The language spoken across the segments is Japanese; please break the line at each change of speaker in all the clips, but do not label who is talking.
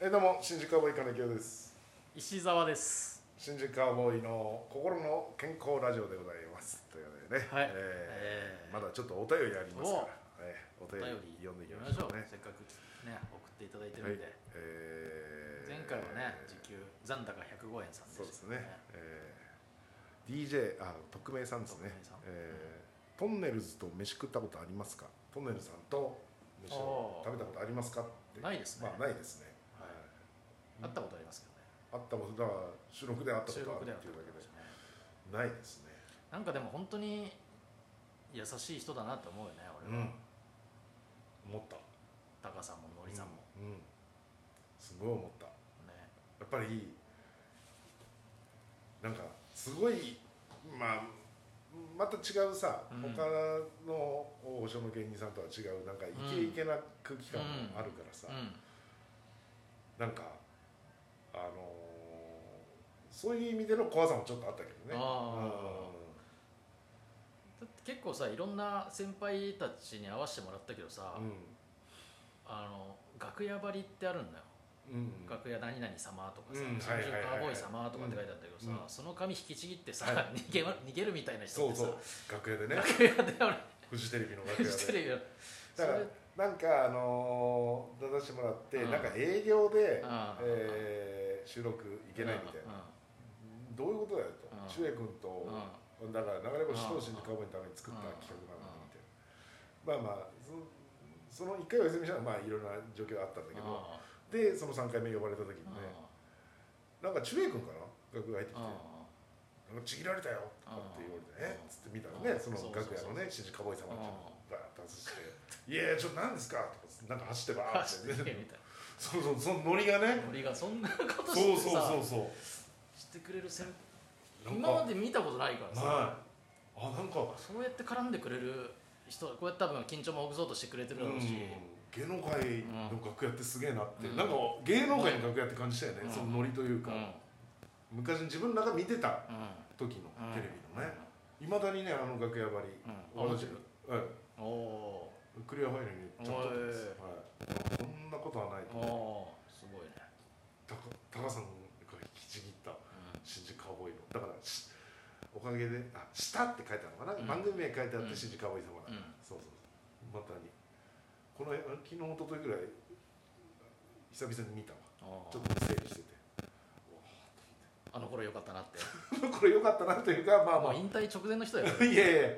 えどうも新宿カウボーイ金城です
石澤です
新宿カウボーイの心の健康ラジオでございますということでね、
はい
えー
えー
まだちょっとお便りありますから
お、
えーお
お
便り読んでいきましょうね
せっかくね送っていただいて
は
る
い
んで、、
えー
前回はね時給残高105円さんでし
そう
た
ですね、えー、DJ あ匿名さんですね
匿名さん
えートンネルズと飯食ったことありますかトンネルズさんと飯を
あー
食べたことありますかって
ないですね
まあないですね、
はい
はい
あったことありますけど
あっ
ね
たことだから収録であったこ
収
とある
録では
っていうだけでない
ね
ですね
なんかでも本当に優しい人だなと思うよね
う
俺は、
ん思った
タカさんもノリさんも、
うんすごい思ったや
ね
っぱりなんかすごいまあまた違うさ、
うん
他の大御所の芸人さんとは違うなんかイケイケな空気感もあるからさ、
う
なんかあのーそういう意味での怖さもちょっとあったけどね
あん、だって結構さいろんな先輩たちに会わせてもらったけどさ、
うん
あの楽屋張りってあるんだよ
うんうん
楽屋何々様とかさ、
うん
新
は
宿
いはいはいはい
カーボーイ様とかって書いてあったけどさ、
うん
その紙引きちぎってさ、
はい
逃げま逃げるみたいな人
そ
っ
う
てさ
そう楽屋でね
楽屋で俺
フジテレビの楽 屋
フジテ
で
レビの
だからなんかあのー出させてもらって、
うん
なんか営業で、
うん
えー収録行けないみたいな、どういうことだよ
うん
と、周平君と、だから流れ星と新宿カウボーイのために作った
うん
企画なのにみたいな、まあまあそその1回お休みしたのはまあいろんな状況があったんだけど、でその3回目呼ばれた時にね、なんか周平君かな楽屋入ってきて、なんかちぎられたよとかって言われて、ね
うん
つって見たらね、
うん
その楽屋のね、新宿かぼい様がバーッと外して、いやいや、ちょっと何ですかとか、なんか走ってばー
走
っ
っ
て、
て逃げる
ね、
みたい
そうそう、そのノリがね
な、俺がそんなこと
そ
し
う
て
そう
さ
そうそ
してくれる先
う、なん
今ま
か、
で見たことないから
ない、
さ
あ、なんか、
そうやって絡んでくれる人こうやって多分緊張もほぐそうとしてくれてるだろうし、
芸能界の楽屋ってすげえなって、
うん
なんか芸能界の楽屋って感じしたよね、
うん
そのノリというか、
うん
昔自分らが見てた時の
うん
テレビのね、いまだにね、あの楽屋張り、
うん、うん、
私、うん
おお
クリアファイルにちゃんと取ってます、はい、こんなことはない
ー
と
おーすごいね、
たか高さんが引きちぎった新宿カウボーイのだからしおかげであ「した」って書いてあるのかな、
うん
番組名書いてあっ
う
て
ん
新宿カウボーイ様だから、
うん
そうそうそうまたにこの昨日一昨日ぐらい久々に見たわ
うん、おー
ちょっと整理してて
あの頃良かったなって
これ良かったなというかまあま
もう引退直前の人や よ
あ いやいや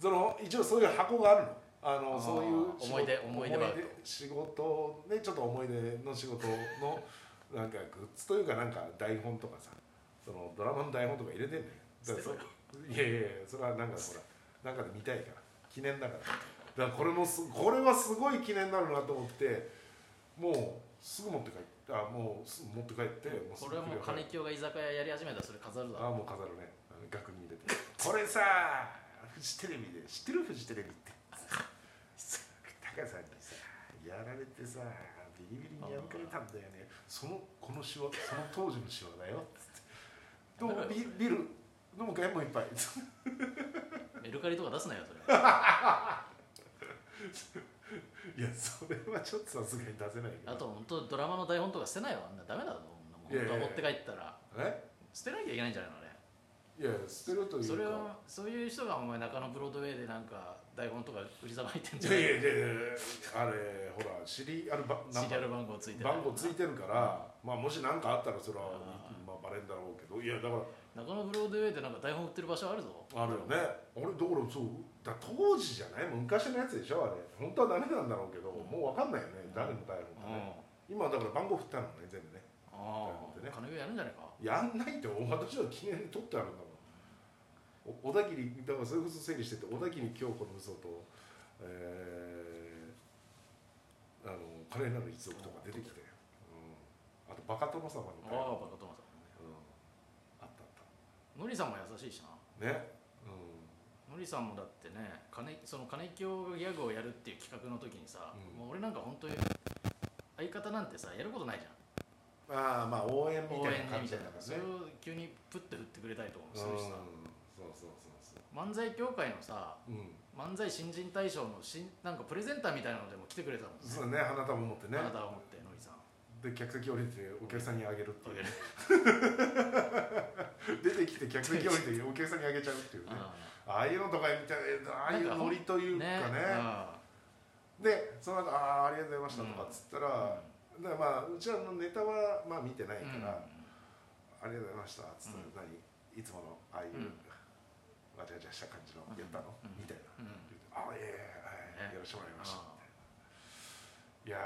その一応そういう箱があるのあの
あー
そういう仕事
思い出思い出バウト
仕事でちょっと思い出の仕事の なんかグッズというかなんか台本とかさそのドラマの台本とか入れてんのよだから
捨
そいやいやいやそれはなんかほらなんかで見たいから記念だからだからこれもすこれはすごい記念になるなと思ってもうすぐ持って帰ってあもうすぐ持って帰ってもうす
こ
ぐ
れはもう
クリアファイル
金清が居酒屋やり始めたらそれ飾るだ
ああ
ろ
もう飾るねあの額に入れて これさフジテレビで知ってるフジテレビって高さんにさやられてさビリビリにやめかれたんだよねそのこのシワその当時のシワだ よつってど
やめ
う
ろよ
ビビール飲むかい もう一杯
メルカリとか出すなよそれ
いやそれはちょっとさすがに出せないけど
あと本当ドラマの台本とか捨てないよあんなダメだろもう
いやいやい
本当
や
は持って帰ったら
え
捨てなきゃいけないんじゃないのあれ
いや捨てるというか
それはそういう人がお前中野ブロードウェイでなんか台本とか売りさばいてん
い
じ
や
ゃないい
やいやいやあれほらシリアルバナンバー
シリアル番号ついてない
番号ついてるから、まあ、もし何かあったらそれは、
あ
まあ、バレんだろうけどいやだか
中野ブロードウェイでなんか台本売ってる場所あるぞ
らあるよねあれだからそうだ当時じゃない昔のやつでしょあれ本当はダメなんだろうけど、
うん
もう分かんないよね、
うん
誰の台
うん
本かね、
あ
今だから番号振ったのね全部ね
あ
だってね
金清やるんじゃないか
やんないってお前私は記念に取ってあるんだもんお小田切だからそれこそ整理してて小田切京子の嘘とえー、あの華麗なる一族とか出てきて、うん、あとバカ殿様の
ああ
台本
バカトマ
あったあ
さん
った
のりさんも優しいしな
ね、
のりさんもだってね金その金京がギャグをやるっていう企画の時にさ、
うん
もう俺なんか本当に相方なんてさやることないじゃん
うん、ああまあ応援み
応
た
援
いな感
み
じ
た
だ
い
からね
なそれを急にプッて振ってくれたりとか
う
も
ん
す
そう
るし
そう
さ、
そうそう
漫才協会のさ
うん
漫才新人大賞のしなんかプレゼンターみたいなのでも来てくれたもんね
そうね花束持ってね
あなたを持ってのりさん
で客席降りてお客さんにあげるっていう、出てきて客席降 りてお客さんにあげちゃうっていうね
あ
ああいうのとかみたいなああいうノリという
ー
か
ね
ね
あ
でその後ああありがとうございました」とかっつったら、
ー
だからまあうちはあのネタはまあ見てない
うん
から、ありがとうございました」つって、何いつものああいう、
うん
ガチャガチャした感じのやったの、
うん
みたいな
うん
「言ってあいえいえはい
ね
やらしてもらいました」
あ
いや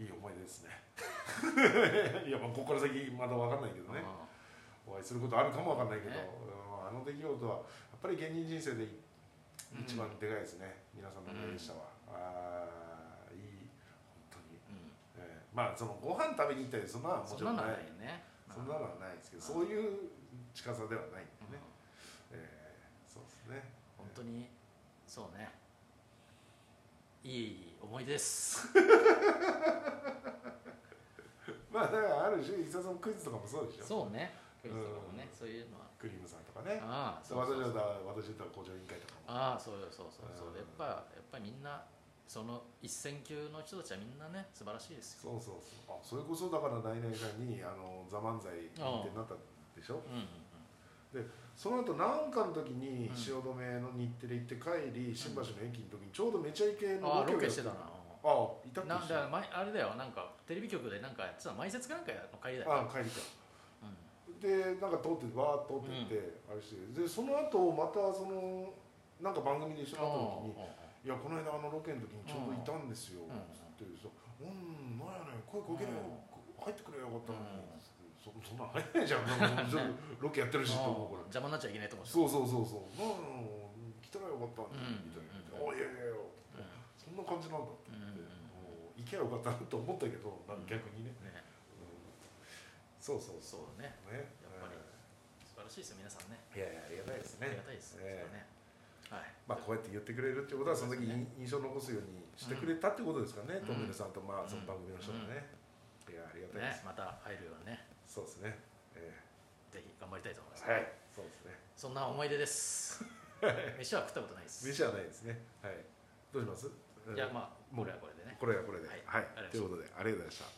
ーいい思い出ですね いやまあここから先まだ分かんないけどね
あ
お会いすることあるかも分かんないけど、
ね
うんあの出来事はやっぱり芸人人生で
うん
一番でかいですね、皆さんの思いでしたわ、ああーいい本当に、
ー
えーまあそのご飯食べに行ったりそんなのは
うん
も
そ
ち
んな
ろん
の
ない
はないよね
そんなのはないですけど、
うん
そういう近さではないん
うん
でね、えーそうですね。
本当にそうねいい思い出です
まあだからある種、伊沢さんもクイズとかもそうでしょ。
そうねクイズとかも
う
ね
ん
そういうのは
クリームさんとかね。
ああ
私
そう
だ
そうそう
ったら、私だったら工場委員会とかも。
ああそうよそうそうそう
うん
やっぱやっぱみんなその一線級の人たちはみんなね素晴らしいです
そ
よ
うそうそう。あ、それこそだから、ナイナイさんに、あの、ザ漫才ってなったでしょ。
うんうんうん
その後、なんかの時に
う、ん
汐留の日テレ行って帰り、新橋の駅の時に、ちょうどめちゃイケ
あ
の
あロ
を
ケ
やっ
してたな
ああ、いたっ
うん
け
なんだ前あれだよなんかテレビ局でなんかやってた前説かなんかの帰りだよ、
ああ、帰りた。
う
でなんか通ってわーっと通ってって、あれしてでその後またそのなんか番組で一緒になった時に
ん、
「いやこの間あのロケの時にちょうどいたんですよ」
うん
つって「そううんなんやねん声かけれよ、入ってくれよよかったのに」
うん
つってそそんなん入れないじゃんなんかちょっとロケやってるしと思うこれ
邪魔になっちゃいけないと思うし
そうそうそうそう「なんやの来たらよかったのに」
うん
みたいな
う
「
ん
あいやいやいや」そんな感じなんだって
うんうん
もう行けばよかったなと思ったけどなんか逆にね、
ね
うんそうそうそ
そうだね
うね
やっぱり素晴らしいですよ皆さんね
いやいやありがたいです
あ
ね
りがたいですそれは
ええ
ねはい
まあ、こうやって言ってくれるってことはその時
そうです
に
ね
印象を残すようにしてくれたってことですかね、
うん
トンネルさんとま
う
あ
ん
その番組の人がね、いやありがたいで
ね
す、
また入るようにね
そうですね、え
ぜひ頑張りたいと思います
ー、はいそうですね
そんな思い出です 飯は食ったことないです
飯はないですねはいどうします
いやまあ
も
こ
う
れはこれでね
これはこれでは
はいい、ありがとうございます
ということでありがとうございました